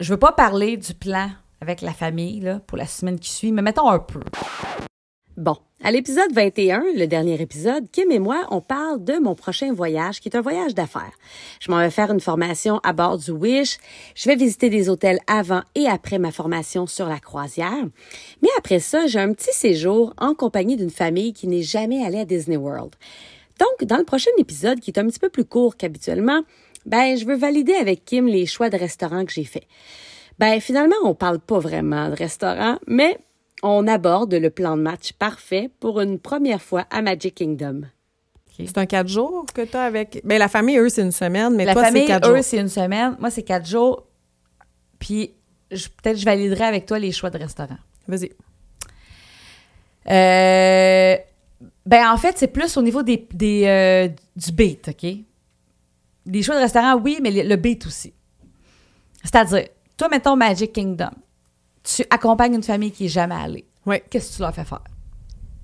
Je veux pas parler du plan avec la famille là, pour la semaine qui suit, mais mettons un peu. Bon, à l'épisode 21, le dernier épisode, Kim et moi, on parle de mon prochain voyage, qui est un voyage d'affaires. Je m'en vais faire une formation à bord du Wish. Je vais visiter des hôtels avant et après ma formation sur la croisière. Mais après ça, j'ai un petit séjour en compagnie d'une famille qui n'est jamais allée à Disney World. Donc, dans le prochain épisode, qui est un petit peu plus court qu'habituellement, ben, je veux valider avec Kim les choix de restaurants que j'ai faits. Ben, finalement, on parle pas vraiment de restaurants, mais on aborde le plan de match parfait pour une première fois à Magic Kingdom. C'est un quatre jours que tu as avec. Ben, la famille, eux, c'est une semaine, mais la toi, c'est famille, quatre eux, jours. c'est une semaine. Moi, c'est quatre jours. Puis, je- peut-être je validerai avec toi les choix de restaurant. Vas-y. Euh, ben, en fait, c'est plus au niveau des, des, euh, du beat, OK? Les choix de restaurant, oui, mais le, le beat aussi. C'est-à-dire, toi, mettons Magic Kingdom. Tu accompagnes une famille qui est jamais allée. Oui. Qu'est-ce que tu leur fais faire?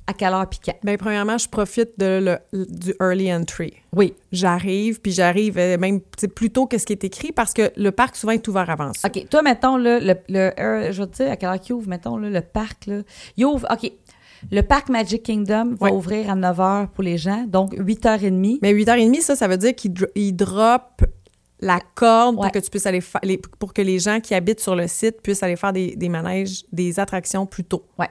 À quelle heure puis quand? Ben, premièrement, je profite de le- du early entry. Oui. J'arrive, puis j'arrive euh, même tu sais, plus tôt que ce qui est écrit parce que le parc souvent est ouvert avant ça. OK. Toi, mettons, là, le, le, euh, je vais te dire à quelle heure qu'il ouvre, mettons, là, le parc. Là. Il ouvre, OK. Le parc Magic Kingdom va Ouais. ouvrir à 9 h pour les gens, donc 8h30. Mais 8h30, ça, ça veut dire qu'il dro- il drop la corde Ouais. pour que tu puisses aller fa- les- pour que les gens qui habitent sur le site puissent aller faire des, des manèges, des attractions plus tôt. Ouais.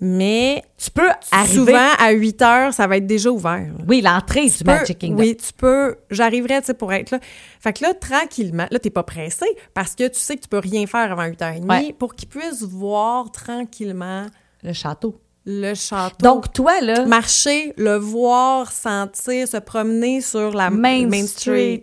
Mais Tu peux arriver. souvent à 8 h ça va être déjà ouvert. là. oui, l'entrée du Tu peux- Magic Kingdom. Oui, tu peux. J'arriverai, tu sais, pour être là. Fait que là, tranquillement, là, t'es pas pressé parce que tu sais que tu peux rien faire avant 8h30 Ouais. pour qu'ils puissent voir tranquillement Le château. le château. Donc, toi, là, marcher, le voir, sentir, se promener sur la Main, Main, Street,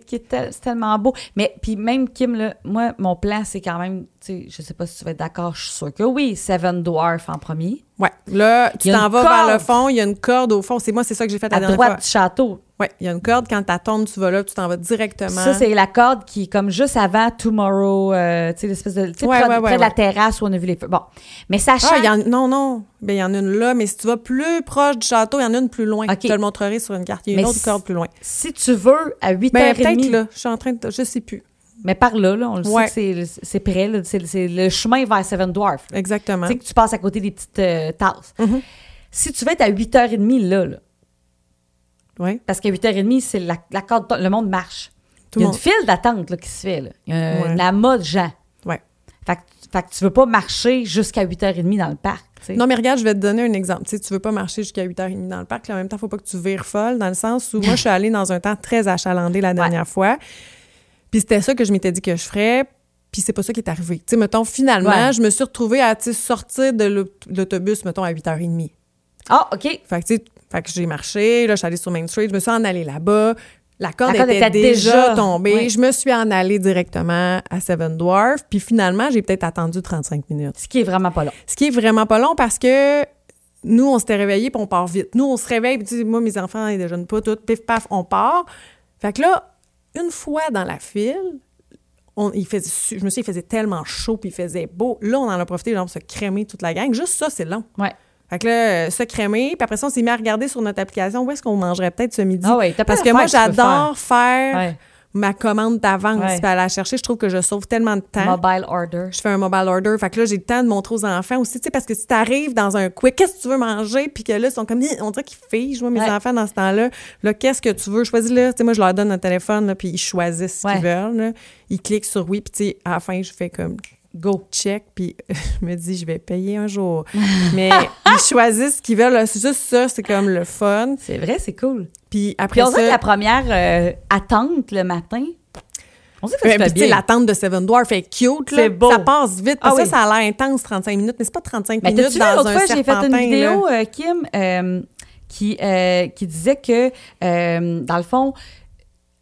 Street. qui est, tel- c'est tellement beau. Mais puis même Kim, là, moi, mon plan, c'est quand même, tu sais, je sais pas si tu vas être d'accord, je suis sûre que oui, Seven Dwarfs en premier, Ouais. Là, tu Il y a t'en une vas vers le corde. fond, il y a une corde au fond. C'est moi, c'est ça que j'ai fait la à dernière droite fois. du château. Ouais, il y a une corde. Quand tu tombes, tu vas là, tu t'en vas directement. Ça, c'est la corde qui est comme juste avant Tomorrow, euh, tu sais, l'espèce de. Tu sais, Ouais, près, ouais, ouais, près de la ouais. terrasse où on a vu les feux. Bon. Mais sachant. Ah, il y en- non, non. Ben, il y en a une là, mais si tu vas plus proche du château, il y en a une plus loin. Ok. Je te le montrerai sur une carte. Il y a une Mais autre si- corde plus loin. Si tu veux, à 8h30. Ben, peut-être là. Je suis en train de. Je sais plus. Mais par là, là, on le Ouais. sait que c'est- c'est près, là, c'est c'est le chemin vers Seven Dwarfs. là. Exactement. Tu sais que tu passes à côté des petites euh, tasses. Mm-hmm. Si tu veux être à 8h30 là, là, Ouais. parce qu'à 8h30, c'est la, la corde, le monde marche. Tout il y le a une monde. file d'attente là, qui se fait. là. Il y a un Ouais. amas de gens. Ouais. Fait que, fait que tu veux pas marcher jusqu'à 8h30 dans le parc. tu sais. Non, mais regarde, je vais te donner un exemple. Tu sais, tu veux pas marcher jusqu'à 8h30 dans le parc. là, en même temps, faut pas que tu vires folle, dans le sens où moi, je suis allée dans un temps très achalandé la dernière fois. Puis c'était ça que je m'étais dit que je ferais. Puis c'est pas ça qui est arrivé. Tu sais, mettons, finalement, Ouais. je me suis retrouvée à tu sais, sortir de l'aut- l'autobus, mettons, à 8h30. Ah, OK. Fait que, tu sais, fait que j'ai marché, là, je suis allée sur Main Street, je me suis en allée là-bas. La corde, La corde était, était déjà, déjà- tombée. oui. Je me suis en allée directement à Seven Dwarfs. Puis finalement, j'ai peut-être attendu 35 minutes. Ce qui est vraiment pas long. Ce qui est vraiment pas long parce que nous, on s'était réveillés puis on part vite. Nous, on se réveille puis tu sais, moi, mes enfants, ils déjeunent pas, tout, pif, paf, on part. Fait que là, une fois dans la file, on, il faisait, su- je me suis dit, il faisait tellement chaud puis il faisait beau. Là, on en a profité genre, pour se crémer toute la gang. Juste ça, c'est long. Ouais. Fait que là, euh, se crémer, puis après ça, on s'est mis à regarder sur notre application où est-ce qu'on mangerait peut-être ce midi. Ah ouais, t'as plein Parce que moi, d'affaires que tu peux j'adore faire, Ouais. ma commande d'avance, Ouais. puis aller la chercher. Je trouve que je sauve tellement de temps Mobile order. je fais un mobile order. Fait que là, j'ai le temps de montrer aux enfants aussi, tu sais, parce que si t'arrives dans un quick, qu'est-ce que tu veux manger? Puis que là, ils sont comme, Hi! on dirait qu'ils figent, moi, mes Ouais. enfants, dans ce temps-là. Là, qu'est-ce que tu veux? Choisis-le. Tu sais, moi, je leur donne un téléphone, là, puis ils choisissent ce qu'ils veulent. là. Ils cliquent sur oui, puis tu sais, à la fin, je fais comme, go, check, puis je me dis, je vais payer un jour. Mais ils choisissent ce qu'ils veulent. là. C'est juste ça, c'est comme le fun. C'est vrai, c'est cool. Puis après Puis on dirait que ça. la première euh, attente le matin, on dirait que Ouais, ça se puis fait tu sais, bien. l'attente de Seven Dwarfs est cute, là. C'est beau. Ça passe vite. Ah Parce que oui. ça, ça a l'air intense, 35 minutes, mais c'est pas 35 Mais minutes t'as-tu vu dans l'autre un fois, j'ai fait une serpentin, là. vidéo, euh, Kim, euh, qui, euh, qui disait que, euh, dans le fond,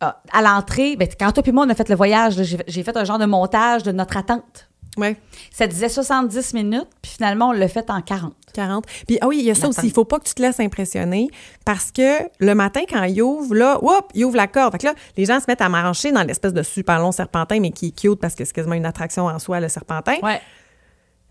ah, à l'entrée, ben, quand toi et moi, on a fait le voyage, là, j'ai j'ai fait un genre de montage de notre attente. Ouais, Ça disait 70 minutes, puis finalement, on l'a fait en 40. 40. Puis ah oui, il y a ça Matin. aussi, il faut pas que tu te laisses impressionner parce que le matin quand il ouvre là, hop, il ouvre la corde. Fait que là, les gens se mettent à marcher dans l'espèce de super long serpentin mais qui est cute parce que c'est quasiment une attraction en soi le serpentin. Ouais.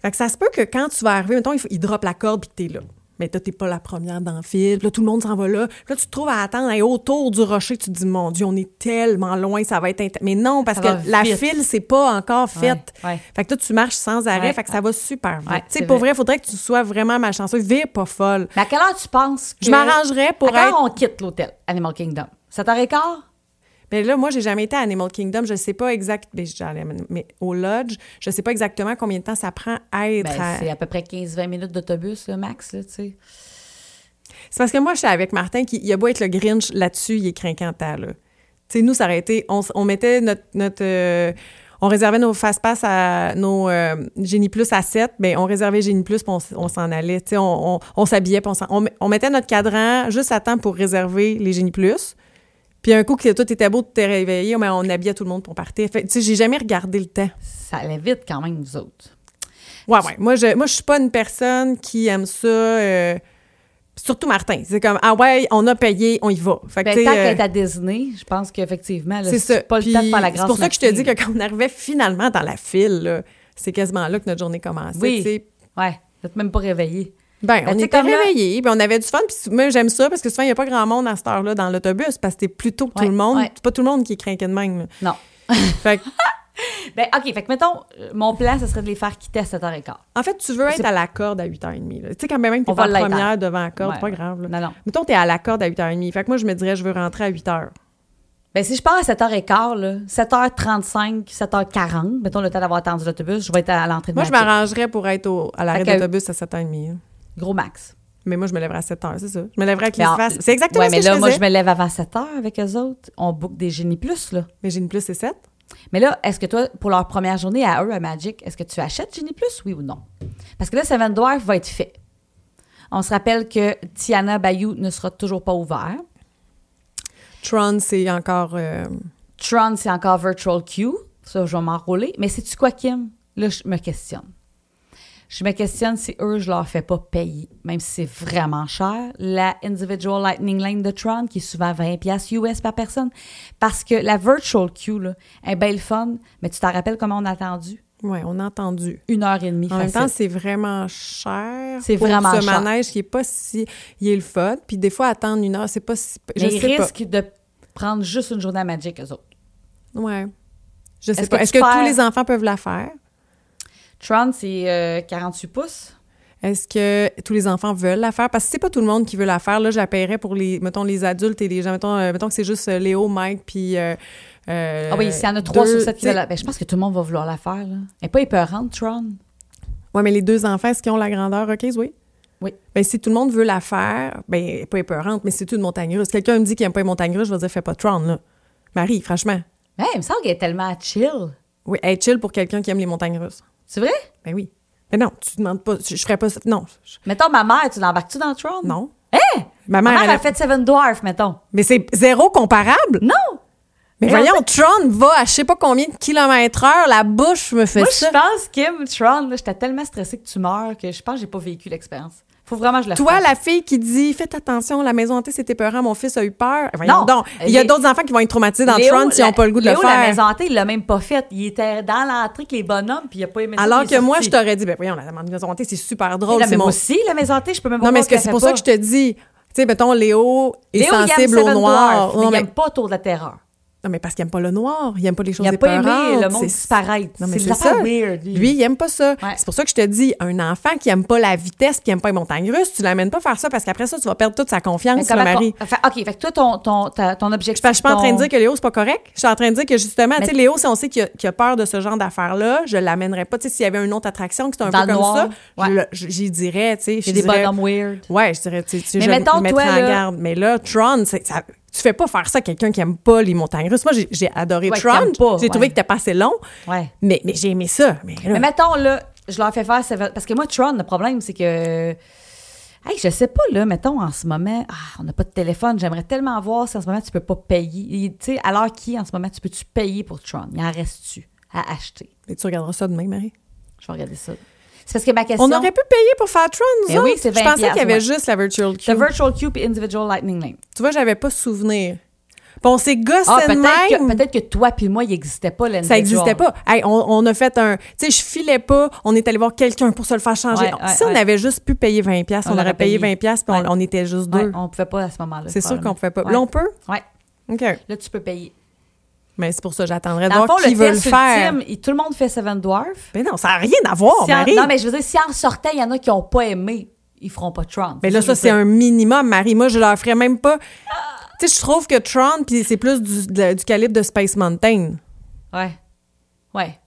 Fait que ça se peut que quand tu vas arriver, mettons, il, faut- il drop la corde puis que t'es là. mais toi, t'es pas la première dans le fil. Puis là, tout le monde s'en va là. Puis là, tu te trouves à attendre et autour du rocher. Tu te dis, mon Dieu, on est tellement loin, ça va être... inter- Mais non, parce Ça va que la vite. file, c'est pas encore faite. Ouais, ouais. Fait que toi, tu marches sans arrêt. Ouais. Fait que ça va super vite. Ouais, tu c'est sais, pour vrai. vrai, faudrait que tu sois vraiment malchanceux. Vire pas folle. Mais à quelle heure tu penses que... Je m'arrangerais pour à quelle heure être- on quitte l'hôtel Animal Kingdom? 7h15? Mais là, moi, j'ai jamais été à Animal Kingdom. Je sais pas exact. Mais, j'allais- mais au lodge, je sais pas exactement combien de temps ça prend à être. Ben, à- c'est à peu près 15-20 minutes d'autobus, le max, là, tu sais. C'est parce que moi, je suis avec Martin qui, il a beau être le Grinch là-dessus, il est craquant tant, là. Tu sais, nous, ça aurait été, on, s- on mettait notre, notre euh, on réservait nos fast pass à nos euh, Génie Plus à 7, mais on réservait Génie Plus, puis on, s- on s'en allait. Tu sais, on, on, on s'habillait, puis on, s'en- on, met- on mettait notre cadran juste à temps pour réserver les Génie Plus. Puis un coup que tout était beau, tu t'es réveillé, mais on habillait tout le monde pour partir. Fait, tu sais, j'ai jamais regardé le temps. Ça allait vite quand même, nous autres. Ouais, ouais. Moi, je, moi, je suis pas une personne qui aime ça. euh, surtout Martin. C'est comme, ah ouais, on a payé, on y va. Fait que, Ben, tu sais, tant euh, qu'elle est à Disney, je pense qu'effectivement, là, c'est ça. c'est pas Puis le temps de faire la C'est grande pour ça que je te dis que quand on arrivait finalement dans la file, là, c'est quasiment là que notre journée commençait. tu sais. Oui, ouais, t'es même pas réveillé. Ben, Ben, on tu sais, était comme là- réveillés, puis on avait du fun. Puis sou- moi, j'aime ça parce que souvent, il n'y a pas grand monde à cette heure-là dans l'autobus parce que c'est plutôt que Ouais, tout le monde. ouais. C'est pas tout le monde qui est craqué de même. là. Non. Fait que, Ben, OK, fait que mettons, euh, mon plan, ce serait de les faire quitter à 7h15. en fait, tu veux être C'est- à la corde à 8h30. là. Tu sais, quand même, t'es On pas va la l'être, hein. première devant la corde, Ouais, c'est pas ouais. grave. là. Non, non. Mettons, t'es à la corde à 8h30. Fait que moi, je me dirais, je veux rentrer à 8h. Ben, si je pars à 7h15, là, 7h35, 7h40, mettons le temps d'avoir attendu l'autobus, je vais être à l'entrée de Moi, ma je file. m'arrangerais pour être au- à l'arrêt Fait que- d'autobus à 7h30. hein. Gros max. Mais moi, je me lèverais à 7h, c'est ça. Je me lèverais avec les Ben, faces. C'est exactement ouais, ce mais que là, je moi, faisais. je me lève avant 7h avec eux autres. On book des génies plus, là. Mais j'ai une plus, c'est 7. Mais là, est-ce que toi, pour leur première journée à eux, à Magic, est-ce que tu achètes Genie Plus, oui ou non? Parce que là, Seven Dwarf va être fait. On se rappelle que Tiana Bayou ne sera toujours pas ouvert. Tron, c'est encore... euh, Tron, c'est encore Virtual Queue. Ça, je vais m'enrôler. Mais sais-tu quoi, Kim? Là, je me questionne. Je me questionne si eux, je leur fais pas payer, même si c'est vraiment cher, la Individual Lightning Lane de Tron, qui est souvent 20$ US par personne. Parce que la Virtual Queue, là, est belle fun, mais tu t'en rappelles comment on a attendu? Ouais, on a entendu. Une heure et demie En même facile. temps, c'est vraiment cher. C'est pour vraiment ce cher. manège qui est pas si... Il est le fun. Puis des fois, attendre une heure, c'est pas si... Je Mais ils sais risquent de prendre juste une journée à Magic, eux autres. pas. Ouais. Je sais Est-ce pas. que Est-ce que tu perds- tous les enfants peuvent la faire? Tron, c'est euh, 48 pouces. Est-ce que tous les enfants veulent la faire? Parce que c'est pas tout le monde qui veut la faire. Là, je la paierais pour les, mettons, les adultes et les gens. Mettons, euh, mettons que c'est juste euh, Léo, Mike, puis... euh, euh, Ah oui, s'il y en a 3 deux, sur 7 qui tu sais. veulent la... ben, je pense que tout le monde va vouloir la faire. Là. Elle n'est pas épeurante, Tron. Oui, mais les deux enfants, est-ce qu'ils ont la grandeur requise? Oui. Oui. Ben, si tout le monde veut la faire, ben, elle est pas épeurante, mais c'est une montagne russe. Quelqu'un me dit qu'il n'aime pas les montagnes russes, je vais dire, fais pas Tron, là. Marie, franchement. Ouais, Ben, il me semble qu'elle est tellement chill. Oui, elle est chill pour quelqu'un qui aime les montagnes russes. C'est vrai? Ben oui. Mais non, tu demandes pas, je, je ferais pas ça. Non. je- Mettons, ma mère, tu l'embarques-tu dans Tron? Non. Hein? Ma Ma mère, mère, elle a a- fait Seven Dwarf, mettons. Mais c'est zéro comparable. Non! Mais Mais en voyons, Tron va à je sais pas combien de kilomètres heure, la bouche me fait Moi, je ça. pense, Kim, Tron, là, j'étais tellement stressée que tu meurs que je pense que j'ai pas vécu l'expérience. Faut vraiment que je la Toi, fasse. la fille qui dit Faites attention, la maison hantée, c'était peurant, mon fils a eu peur. Voyons Non. donc. Il y a Les- d'autres enfants qui vont être traumatisés dans Léo, Tron s'ils la- n'ont pas le goût de Léo, le faire. la maison hantée, il l'a même pas faite. Il était dans l'entrée avec les bonhommes, puis il a pas aimé ça, Alors puis il est que moi, je sorti. t'aurais dit, ben voyons, la maison hantée, c'est super Mais drôle. là, c'est mais mon- moi aussi, la maison hantée, je peux même pas Non, mais voir est-ce que qu'elle c'est fait pour ça que je te dis, tu sais, mettons, Léo est Léo, il aime sensible au Seven noir. Dwarfs, mais non, il mais, aime pas Tour de la Terreur. non, mais parce qu'il aime pas le noir, il aime pas les choses Il a pas aimé épeurantes, le monde c'est- disparaître. Non, mais C'est c'est des ça. affaires weird, lui. Lui, il aime pas ça. Ouais. C'est pour ça que je te dis, un enfant qui aime pas la vitesse, qui aime pas les montagnes russes, tu l'amènes pas faire ça parce qu'après ça, tu vas perdre toute sa Mais confiance, le comment mari. qu'on- Fait- OK, fait que toi, ton, ton, ta- ton objectif. Parce que je suis pas en train de ton- dire que Léo, c'est pas correct. Je suis en train de dire que justement, Mais- tu sais, Léo, si on sait qu'il a, qu'il a peur de ce genre d'affaires-là, je l'amènerais pas. Tu sais, s'il y avait une autre attraction qui était un Dans peu le comme noir, ça, ouais. je le- je- j'y dirais, tu sais. je C'est des dirais- bonhommes weird. Ouais, je dirais, tu, tu, Mais je mettons, me toi, mettrais en là- garde. Mais là, Tron, c'est- ça, tu fais pas faire ça à quelqu'un qui aime pas les montagnes russes. Moi, j'ai- j'ai adoré Ouais, qui Tron. aime pas, J'ai trouvé ouais. que t'as pas assez long, Ouais. mais, mais j'ai aimé ça. Mais là, Mais mettons, là, je leur fais faire. Seven- Parce que moi, Tron, le problème, c'est que. Hey, je sais pas, là, mettons, en ce moment, ah, on n'a pas de téléphone. J'aimerais tellement voir si en ce moment, tu peux pas payer. Et, Tu sais, à l'heure qui, en ce moment, tu peux-tu payer pour Tron? Il en reste-tu à acheter? mais tu regarderas ça demain, Marie. Je vais regarder ça. C'est parce que ma question. On aurait pu payer pour faire Tron, nous Eh oui, autres. c'est Je 20 pensais qu'il y avait ouais. juste la Virtual Queue. The Virtual Cube et Individual Lightning Lane. Tu vois, j'avais pas souvenir. Puis on s'est gossé Ah, de peut-être que, même. peut-être que toi puis moi, il n'existait pas l'année Ça n'existait pas. Hey, on, on a fait un. Tu sais, je filais pas. On est allé voir quelqu'un pour se le faire changer. Ouais, Non, ouais, si on ouais. avait juste pu payer 20$, pièces, on, On aurait l'aurait payé payé. 20$, pièces, puis on- Ouais. on, était juste Ouais, deux. on pouvait pas à ce moment-là. C'est sûr qu'on pouvait pas. Ouais. Là, on peut? Ouais. OK. Là, tu peux payer. Mais c'est pour ça, j'attendrai de Dans le voir fond, qui le veut le test faire. ultime, il- tout le monde fait Seven Dwarfs. Mais non, ça n'a rien à voir, Si en- Marie. non, mais je veux dire, si en sortant, il y en a qui n'ont pas aimé, ils feront pas Trump. Mais là, ça, que je c'est veux un minimum, Marie. Moi, je leur ferais même pas. Tu sais, je trouve que Tron, puis c'est plus du, de- du calibre de Space Mountain. dire. Ouais. Ouais.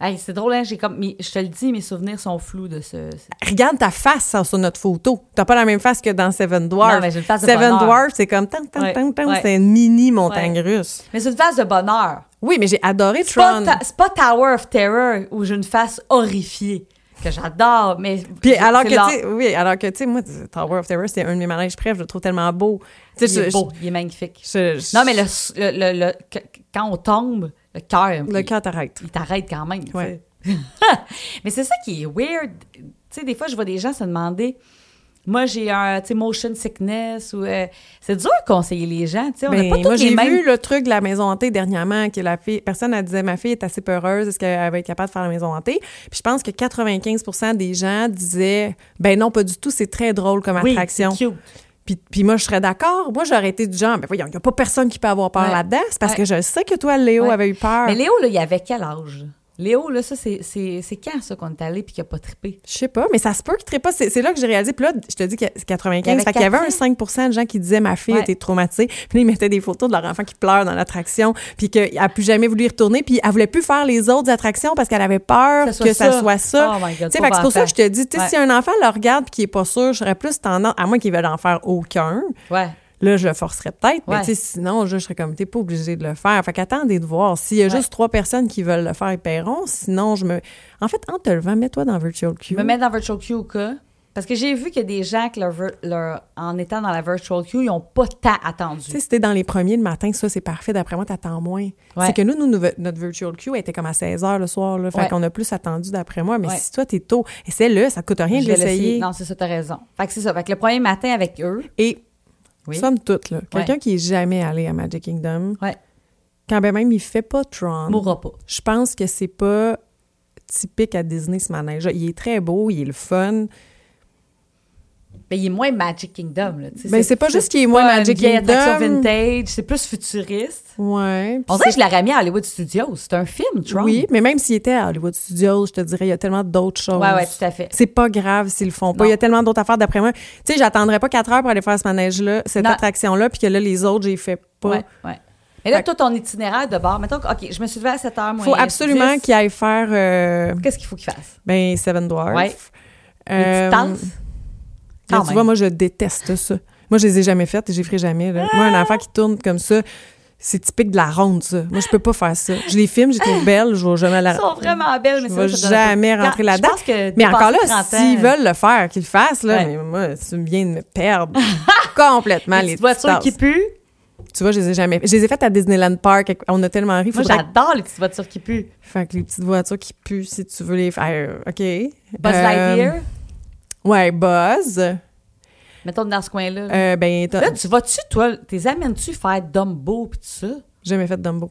Hey, c'est drôle, hein? J'ai comme... mes- Je te le dis, mes souvenirs sont flous de ce... ce- Regarde ta face sur, sur notre photo. T'as pas la même face que dans Seven Dwarfs. Non, mais j'ai une face de Seven bonheur. Dwarfs, c'est comme tan, tan, Ouais, tan, tan, ouais. c'est une mini montagne russe. Mais c'est une phase de bonheur. Oui, mais j'ai adoré C'est pas, Tron. ta- c'est pas Tower of Terror où j'ai une face horrifiée, que j'adore, mais... Puis c'est- alors c'est que, l'art. tu sais, oui, alors que, tu sais, moi, Tower of Terror, c'est un de mes manèges préférés. Je le trouve tellement beau. Tu Il sais, est je- beau, il est magnifique. je- je- Non, mais le, le- le- le- que- quand on tombe, le cœur... Le il- cœur t'arrête. il t'arrête quand même. tu sais. Ouais. Mais c'est ça qui est weird. Tu sais, des fois, je vois des gens se demander. Moi, j'ai un, tu sais, motion sickness ou. euh, c'est dur de conseiller les gens, tu sais. On n'a Ben, pas tous moi, j'ai les mêmes. vu le truc de la maison hantée dernièrement, que la fille, personne elle disait ma fille est assez peureuse, est-ce qu'elle va être capable de faire la maison hantée? Puis je pense que 95 des gens disaient ben non, pas du tout, c'est très drôle comme oui, attraction. c'est cute. Puis, puis moi, je serais d'accord. Moi, j'aurais été du genre ben voyons, il n'y a pas personne qui peut avoir peur Ouais. là-dedans. C'est parce Ouais. que je sais que toi, Léo, Ouais. avait eu peur. Mais Léo, là, il avait quel âge? Léo, là, ça, c'est, c'est, c'est quand, ça, qu'on est allé puis qu'il n'a pas trippé? Je sais pas, mais ça se peut qu'il ne pas. C'est c'est là que j'ai réalisé. Puis là, je te dis que c'est 95. Il y Fait avait qu'il y avait quatre un 5 de gens qui disaient ma fille Ouais. était traumatisée. Puis là, ils mettaient des photos de leur enfant qui pleure dans l'attraction. Puis qu'elle n'a plus jamais voulu y retourner. Puis elle voulait plus faire les autres attractions parce qu'elle avait peur Que ce soit que ça, ça. soit ça. Oh my God, Tu sais, pauvre fait que c'est pour ça que je enfant. te dis, tu sais, Ouais. si un enfant le regarde puis qu'il n'est pas sûr, je serais plus tendance, à moins qu'il veuille en faire aucun. Ouais. Là, je le forcerais peut-être, mais Ouais. tu sais, sinon, je, je serais comme, t'es pas obligé de le faire. Fait qu'attendez de voir. S'il y a Ouais. juste trois personnes qui veulent le faire, ils paieront. Sinon, je me. En fait, en te levant, mets-toi dans Virtual Queue. Me mettre dans Virtual Queue ou quoi? Parce que j'ai vu que des gens, que leur, vir- leur- en étant dans la Virtual Queue, ils n'ont pas tant attendu. Tu sais, si t'es dans les premiers le matin, ça, c'est parfait. D'après moi, t'attends moins. Ouais. C'est que nous, nous, nous- notre virtual queue elle était comme à 16 h le soir. Là, fait Ouais. qu'on a plus attendu d'après moi. Mais Ouais. si toi, t'es tôt, essaie-le. Ça te coûte rien Je de vais l'essayer. l'essayer. Non, c'est ça, t'as raison. Fait que c'est ça. Fait que le premier matin avec eux. Et, Oui. somme toute, là, quelqu'un qui est jamais allé à Magic Kingdom, Ouais. quand ben même il fait pas Tron, Mourra pas. je pense que c'est pas typique à Disney, ce manège Il est très beau, il est le fun. Mais il est moins Magic Kingdom. Là, tu sais, Ben, c'est pas juste qu'il est moins pas une Magic vieille Kingdom. attraction vintage, c'est plus futuriste. Ouais. Puis On dirait que je l'aurais mis à Hollywood Studios. C'est un film, Tron. Oui, mais même s'il était à Hollywood Studios, je te dirais, il y a tellement d'autres choses. Ouais, ouais, tout à fait. C'est pas grave s'ils le font pas. Il y a Non. tellement d'autres affaires d'après moi. Tu sais, j'attendrais pas quatre heures pour aller faire ce manège-là, cette Non. attraction-là, puis que là, les autres, j'ai fait pas. Ouais, ouais. Et là, Fait que- tout ton itinéraire de bord, mettons, que, OK, je me suis levée à 7 h Il moins faut absolument 10. qu'ils aillent faire, euh, Qu'est-ce qu'il faut qu'il fasse? ben, Seven Dwarfs. Ouais. Une Euh, petite danse? là, Quand tu même. vois, moi, je déteste ça. Moi, je les ai jamais faites et j'y ferai jamais. là. Moi, Ah! un enfant qui tourne comme ça, c'est typique de la ronde, ça. Moi, je peux pas faire ça. Je les filme, je les trouve belles, je vais jamais à la Elles Ah! sont vraiment belles, mais Je ça, vais ça donne un peu- jamais rentrer Quand- là-dedans. Je pense que Mais encore dépasser là, 30 ans, s'ils veulent le faire, qu'ils le fassent, là, Ouais. mais moi, tu viens de me perdre complètement les les petites voitures tasses. qui puent. Tu vois, je les ai jamais. Je les ai faites à Disneyland Park. On a tellement ri. Moi, faudrait- j'adore les petites voitures qui puent. Fait que les petites voitures qui puent, si tu veux les faire. OK. Buzz Euh, Lightyear, Ouais, Buzz. mettons dans ce coin-là. Euh, ben, t'as Là, tu vas-tu, toi, t'es amènes-tu faire Dumbo pis tout ça? jamais fait de Dumbo.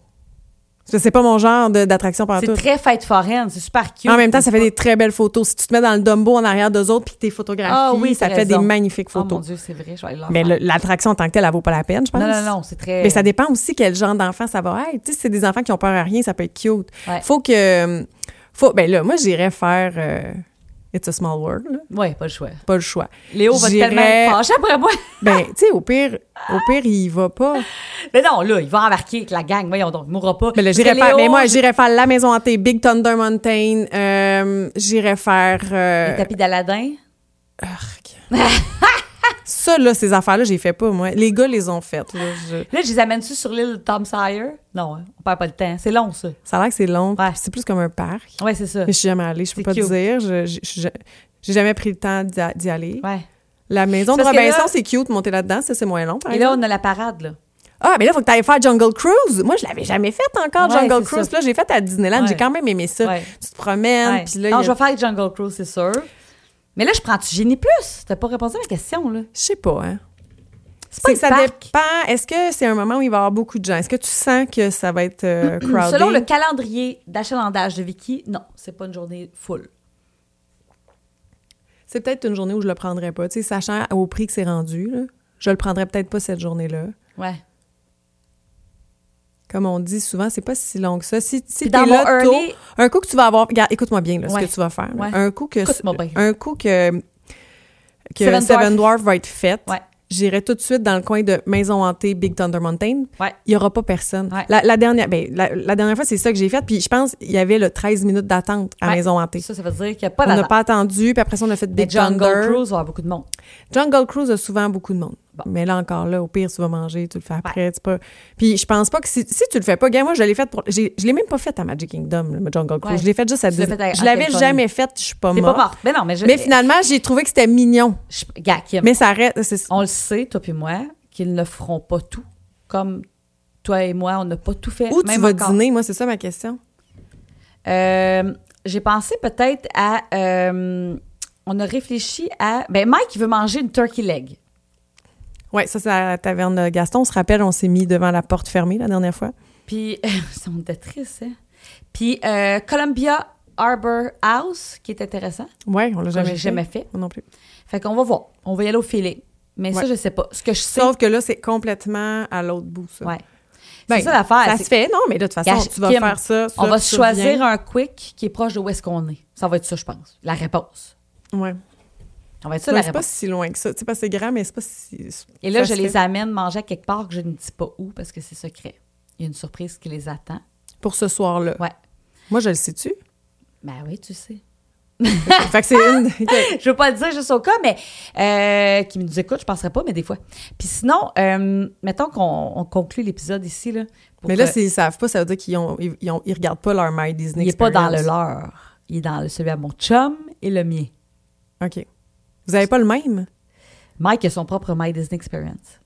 Parce que C'est pas mon genre de- d'attraction par C'est tout. très fête foraine, c'est super cute. En même temps, ça fait des très belles photos. Si tu te mets dans le Dumbo en arrière d'eux autres puis que t'es photographies, Ah oui, ça t'as fait des raison. magnifiques Oh mon photos. Dieu, c'est vrai, je vais aller leur mais faire. le- l'attraction en tant que telle, elle vaut pas la peine, je pense. Non, non, non, c'est très... Mais ça dépend aussi quel genre d'enfant ça va être. Tu sais, si c'est des enfants qui ont peur à rien, ça peut être cute. Ouais. Faut que. Faut, ben là, moi, j'irais faire euh, It's a Small World, là. Ouais, pas le choix. Pas le choix. Léo va J'irais- tellement être fâché après moi. Ben, tu sais, au pire, au pire, il y va pas. Mais non, là, il va embarquer avec la gang, voyons donc, il mourra pas. Mais Ben là, Parce j'irais que faire. Léo, Mais moi, j'irais faire La Maison Hantée, Big Thunder Mountain, euh, j'irais faire. euh, Les tapis d'Aladin. arc. Ça, là, ces affaires-là, j'ai fait pas, moi. Les gars les ont faites. là. Je- Là, je les amène-tu sur l'île de Tom Sawyer? Non, hein, on perd pas le temps. C'est long, ça. Ça a l'air que c'est long. Ouais. C'est plus comme un parc. Ouais, c'est ça. Mais je suis jamais allée, je peux C'est pas te cute. dire. Je- je- je- J'ai jamais pris le temps d'y a- d'y aller. Ouais. La maison de Parce que Robinson, là- c'est cute, monter là-dedans, ça c'est moins long. Par Et là, exemple. on a la parade, là. Ah, mais là, faut que tu ailles faire Jungle Cruise. Moi, je l'avais jamais faite encore, Ouais, Jungle c'est Cruise. ça. Puis Là, j'ai fait à Disneyland, Ouais. j'ai quand même aimé ça. Ouais. Tu te promènes, Ouais. puis là, il y non, a- je vais faire avec Jungle Cruise, c'est sûr. Mais là, je prends-tu Génie Plus? T'as pas répondu à ma question, là. je sais pas, hein. pas C'est le que ça parc. dépend. Est-ce que c'est un moment où il va y avoir beaucoup de gens? Est-ce que tu sens que ça va être euh, crowded? Selon le calendrier d'achalandage de Vicky, non, c'est pas une journée full. C'est peut-être une journée où je le prendrais pas. Tu sais, sachant au prix que c'est rendu, là, je le prendrais peut-être pas cette journée-là. Ouais. Comme on dit souvent, c'est pas si long que ça. Si, si Puis dans t'es mon là early- tôt, un coup que tu vas avoir... Regarde, écoute-moi bien là, Ouais. ce que tu vas faire. là. Ouais. Un coup que... Écoute-moi bien. Un coup que... Que Seven Seven, Dwarfs. Dwarfs va être faite. Ouais. J'irai tout de suite dans le coin de Maison Hantée, Big Thunder Mountain. Ouais. Il y aura pas personne. Ouais. La, la dernière, ben, la, la dernière fois, c'est ça que j'ai fait. Puis je pense il y avait le 13 minutes d'attente à Ouais. Maison Hantée. Ça, ça veut dire qu'il n'y a pas on n'a d'attente. pas attendu. Puis après ça, on a fait Mais Big Jungle Thunder. Cruise va avoir beaucoup de monde. Jungle Cruise a souvent beaucoup de monde. Bon. Mais là encore, là, au pire, tu vas manger, tu le fais après. tu sais pas... Puis je pense pas que si, si tu le fais pas, gars, moi, je l'ai fait pour. j'ai- Je l'ai même pas fait à Magic Kingdom, le Jungle Cruise. Ouais. Je l'ai fait juste à Tu l'as Disney. fait à- Je en l'avais Californie. jamais fait, je suis pas T'es morte. pas mort. Mais non, mais je. Mais finalement, j'ai trouvé que c'était mignon. je- gars, Kim, Mais ça reste. c'est- on le sait, toi puis moi, qu'ils ne feront pas tout. Comme toi et moi, on n'a pas tout fait. Où tu même vas encore. dîner, moi, c'est ça ma question. Euh, j'ai pensé peut-être à. euh, on a réfléchi à. Ben, Mike, il veut manger une turkey leg. Ouais, ça, c'est à la taverne de Gaston. On se rappelle, on s'est mis devant la porte fermée la dernière fois. Puis, ça, on était triste, hein? Puis, euh, Columbia Harbor House, qui est intéressant. Ouais, on l'a que jamais j'ai fait. jamais fait. Moi non plus. Fait qu'on va voir. On va y aller au filet. Mais ça, Ouais. je sais pas. Ce que je sais. Sauf que là, c'est complètement à l'autre bout, ça. Ouais. Ben, c'est ça l'affaire. Ça c'est- se fait, non, mais de toute façon, Gage- tu vas Kim, faire ça. ça, on va puis se ça revient. choisir un quick qui est proche de où est-ce qu'on est. Ça va être ça, je pense. La réponse. Ouais. On va être ça, Ouais, la C'est pas réponse. si loin que ça. Tu sais, parce que c'est grand, mais c'est pas si. Et là, ça je se les fait. amène manger à quelque part que je ne dis pas où parce que c'est secret. Il y a une surprise qui les attend. Pour ce soir-là. Ouais. Moi, je le sais-tu. Ben oui, tu sais. fait que c'est une. OK. Je veux pas le dire juste au cas, mais euh, qui me nous écoute, je penserais pas, mais des fois. Puis sinon, euh, mettons qu'on on conclut l'épisode ici. Là, pour Mais là, que- s'ils savent pas, ça veut dire qu'ils ont, ils, ils ont- ils regardent pas leur My Disney. il est pas dans le Experience. leur. Il est dans le- celui à mon chum et le mien. OK. Vous avez pas le même? Mike a son propre My Disney Experience.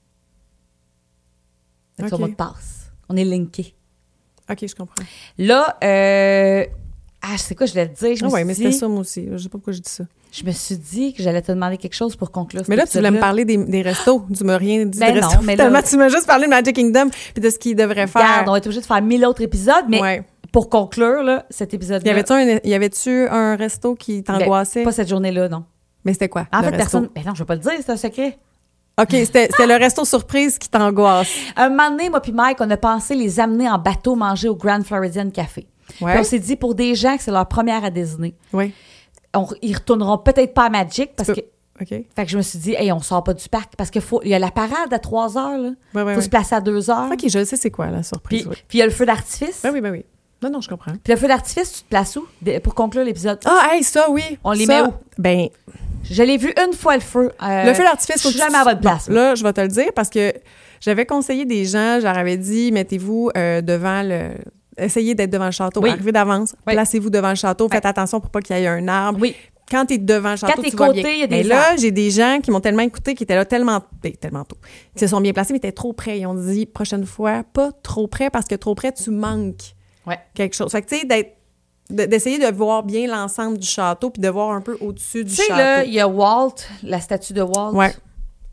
Avec son Ok. mot de passe. On est linké. OK, je comprends. Là, euh, ah, c'est quoi, je voulais te dire. Je, Ah me ouais, suis mais c'était dit, ça, moi aussi. Je sais pas pourquoi j'ai dit ça. je me suis dit que j'allais te demander quelque chose pour conclure. Mais cet là, tu voulais me épisode-là. parler des, des restos. Tu m'as rien dit Ben de non, restos. mais là- Finalement, tu m'as juste parlé de Magic Kingdom puis de ce qu'ils devraient faire. Regarde, on va être obligé de faire mille autres épisodes, mais Ouais. pour conclure, là, cet Y épisode-là. avait-tu un, y avait-tu un resto qui Ben, t'angoissait? Pas cette journée-là, non. Mais c'était quoi? En le fait, resto? personne. Ben non, je vais pas le dire, c'est un secret. OK, c'était c'était le resto surprise qui t'angoisse. Un moment donné, moi puis Mike, on a pensé les amener en bateau manger au Grand Floridian Café. Ouais. Puis on s'est dit, pour des gens que c'est leur première à Disney, Oui. on- ils retourneront peut-être pas à Magic parce que. OK. Fait que je me suis dit, hey, on sort pas du parc parce qu'il y a la parade à 3 heures. Là. Ouais, ouais, faut se ouais. placer à 2 heures. OK, je sais c'est quoi la surprise. Puis oui. puis il y a le feu d'artifice. Ben oui, ben oui. Non, non, je comprends. Puis le feu d'artifice, tu te places où de- pour conclure l'épisode? Ah, hey, ça, oui. On les Ça, met où? Ben, Je l'ai vu une fois le feu. euh, le feu d'artifice, Je faut suis que tu- jamais à votre place. Bon, là, je vais te le dire parce que j'avais conseillé des gens, je leur avais dit, mettez-vous euh, devant le. Essayez d'être devant le château. Oui. Arrivez d'avance, Oui. placez-vous devant le château. Faites attention pour pas qu'il y ait un arbre. Oui. Quand tu es devant le château, Quand t'es tu vois côté, bien. il y a des mais là, arbres. j'ai des gens qui m'ont tellement écouté, qui étaient là tellement, ben, tellement tôt. Ils se sont bien placés, mais étaient trop près. Ils ont dit, prochaine fois, pas trop près parce que trop près, tu manques Ouais. quelque chose. Fait que, tu sais, d'être- de- d'essayer de voir bien l'ensemble du château puis de voir un peu au-dessus du Tu sais, château. là, il y a Walt, la statue de Walt. Ouais.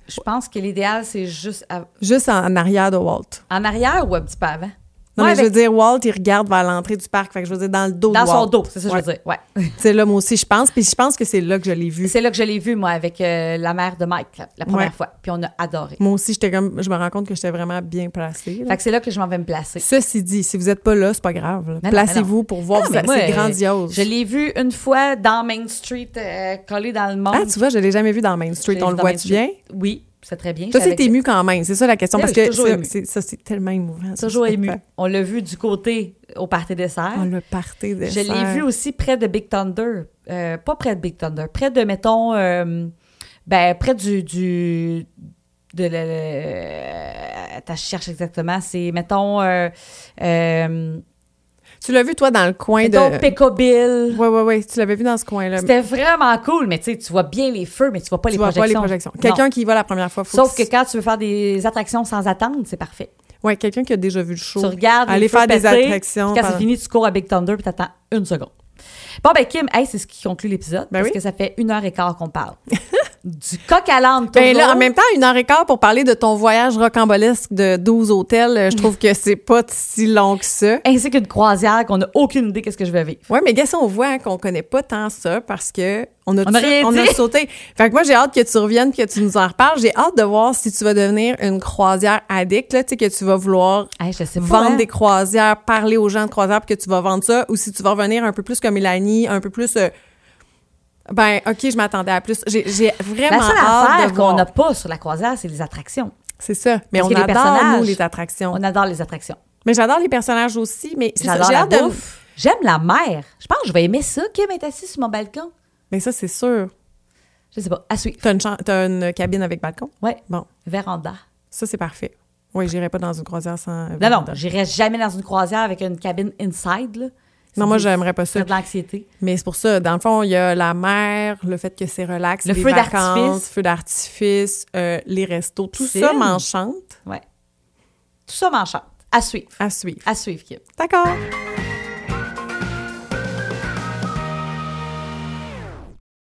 Je pense que l'idéal, c'est juste à- Juste en, en arrière de Walt. en arrière ou un petit peu avant? Non, Moi, mais je veux avec- dire, Walt, il regarde vers l'entrée du parc. Fait que je veux dire, dans le dos dans de Walt. son dos, c'est ça que Ouais. je veux dire. Ouais. C'est là, moi aussi, je pense. Puis je pense que c'est là que je l'ai vu. c'est là que je l'ai vu, moi, avec euh, la mère de Mike, la, la première Ouais. fois. Puis on a adoré. Moi aussi, j'étais comme, je me rends compte que j'étais vraiment bien placée. là. Fait que c'est là que je m'en vais me placer. Ceci dit, si vous n'êtes pas là, c'est pas grave. là. Mais non, mais Placez-vous non. pour voir. Non, vous- mais moi, c'est euh, grandiose. Je l'ai vu une fois dans Main Street, euh, collé dans le monde. Ah, tu vois, je l'ai jamais vu dans Main Street. On le voit-tu bien? Oui, c'est très bien. Toi, J'étais c'est avec- ému quand même. C'est ça la question. Oui, Parce je suis que toujours ça, émue. c'est- ça, c'est tellement émouvant. ça, Toujours ce ému. spectacle. On l'a vu du côté au party dessert. On le partait de Je l'ai vu aussi près de Big Thunder. Euh, pas près de Big Thunder. Près de, mettons, euh, ben, près du. du de le, le- attends, je cherche exactement. C'est, mettons, euh, euh, Tu l'as vu, toi, dans le coin de. mettons Pico Bill. Ouais, ouais, ouais. Tu l'avais vu dans ce coin-là. C'était vraiment cool, mais tu sais, tu vois bien les feux, mais tu vois pas Tu les vois projections. pas les projections. Non. Quelqu'un qui y va la première fois, faut Sauf que qu'il- quand tu veux faire des attractions sans attendre, c'est parfait. Ouais, quelqu'un qui a déjà vu le show. Tu regardes, les Aller feux faire des péter, attractions. puis Quand c'est pendant- fini, tu cours à Big Thunder puis t'attends une seconde. Bon, ben Kim, hey, c'est ce qui conclut l'épisode Ben parce oui. que ça fait une heure et quart qu'on parle. du coq à l'âne. Ben là, Tourneau. en même temps, une heure et quart pour parler de ton voyage rocambolesque de 12 hôtels, euh, je trouve que c'est pas si long que ça. Ainsi qu'une croisière qu'on n'a aucune idée qu'est-ce que je vais vivre. Oui, mais guess, on voit hein, qu'on connaît pas tant ça parce que on a, On a tout- rien on a dit. sauté. Fait que moi, j'ai hâte que tu reviennes puis que tu nous en reparles. J'ai hâte de voir si tu vas devenir une croisière addict, là, tu sais, que tu vas vouloir Hey, je sais pas. vendre hein. des croisières, parler aux gens de croisières puis que tu vas vendre ça ou si tu vas revenir un peu plus comme Mélanie, un peu plus. euh, ben, OK, je m'attendais à plus. J'ai j'ai vraiment La seule hâte affaire de qu'on voir. n'a pas sur la croisière, c'est les attractions. C'est ça. Mais Parce on que les adore, nous, personnages- les attractions. On adore les attractions. Mais j'adore les personnages aussi, mais c'est ça, J'adore j'ai la hâte de- bouffe. J'aime la mer. Je pense que je vais aimer ça. Kim est assise sur mon balcon. Mais ça, c'est sûr. Je sais pas. À suivre. T'as une, chan- t'as une cabine avec balcon? Ouais. Bon, Véranda. ça, c'est parfait. Oui, j'irai pas dans une croisière sans... Non, non, véranda. j'irai jamais dans une croisière avec une cabine inside. Là. Non, moi, j'aimerais pas ça. C'est de l'anxiété. Mais c'est pour ça, dans le fond, il y a la mer, le fait que c'est relax, Le les feu vacances, d'artifice. feu d'artifice, euh, les restos, tout ça Piscine. m'enchante Ouais. Tout ça m'enchante. À suivre. à suivre. À suivre, Kim. D'accord.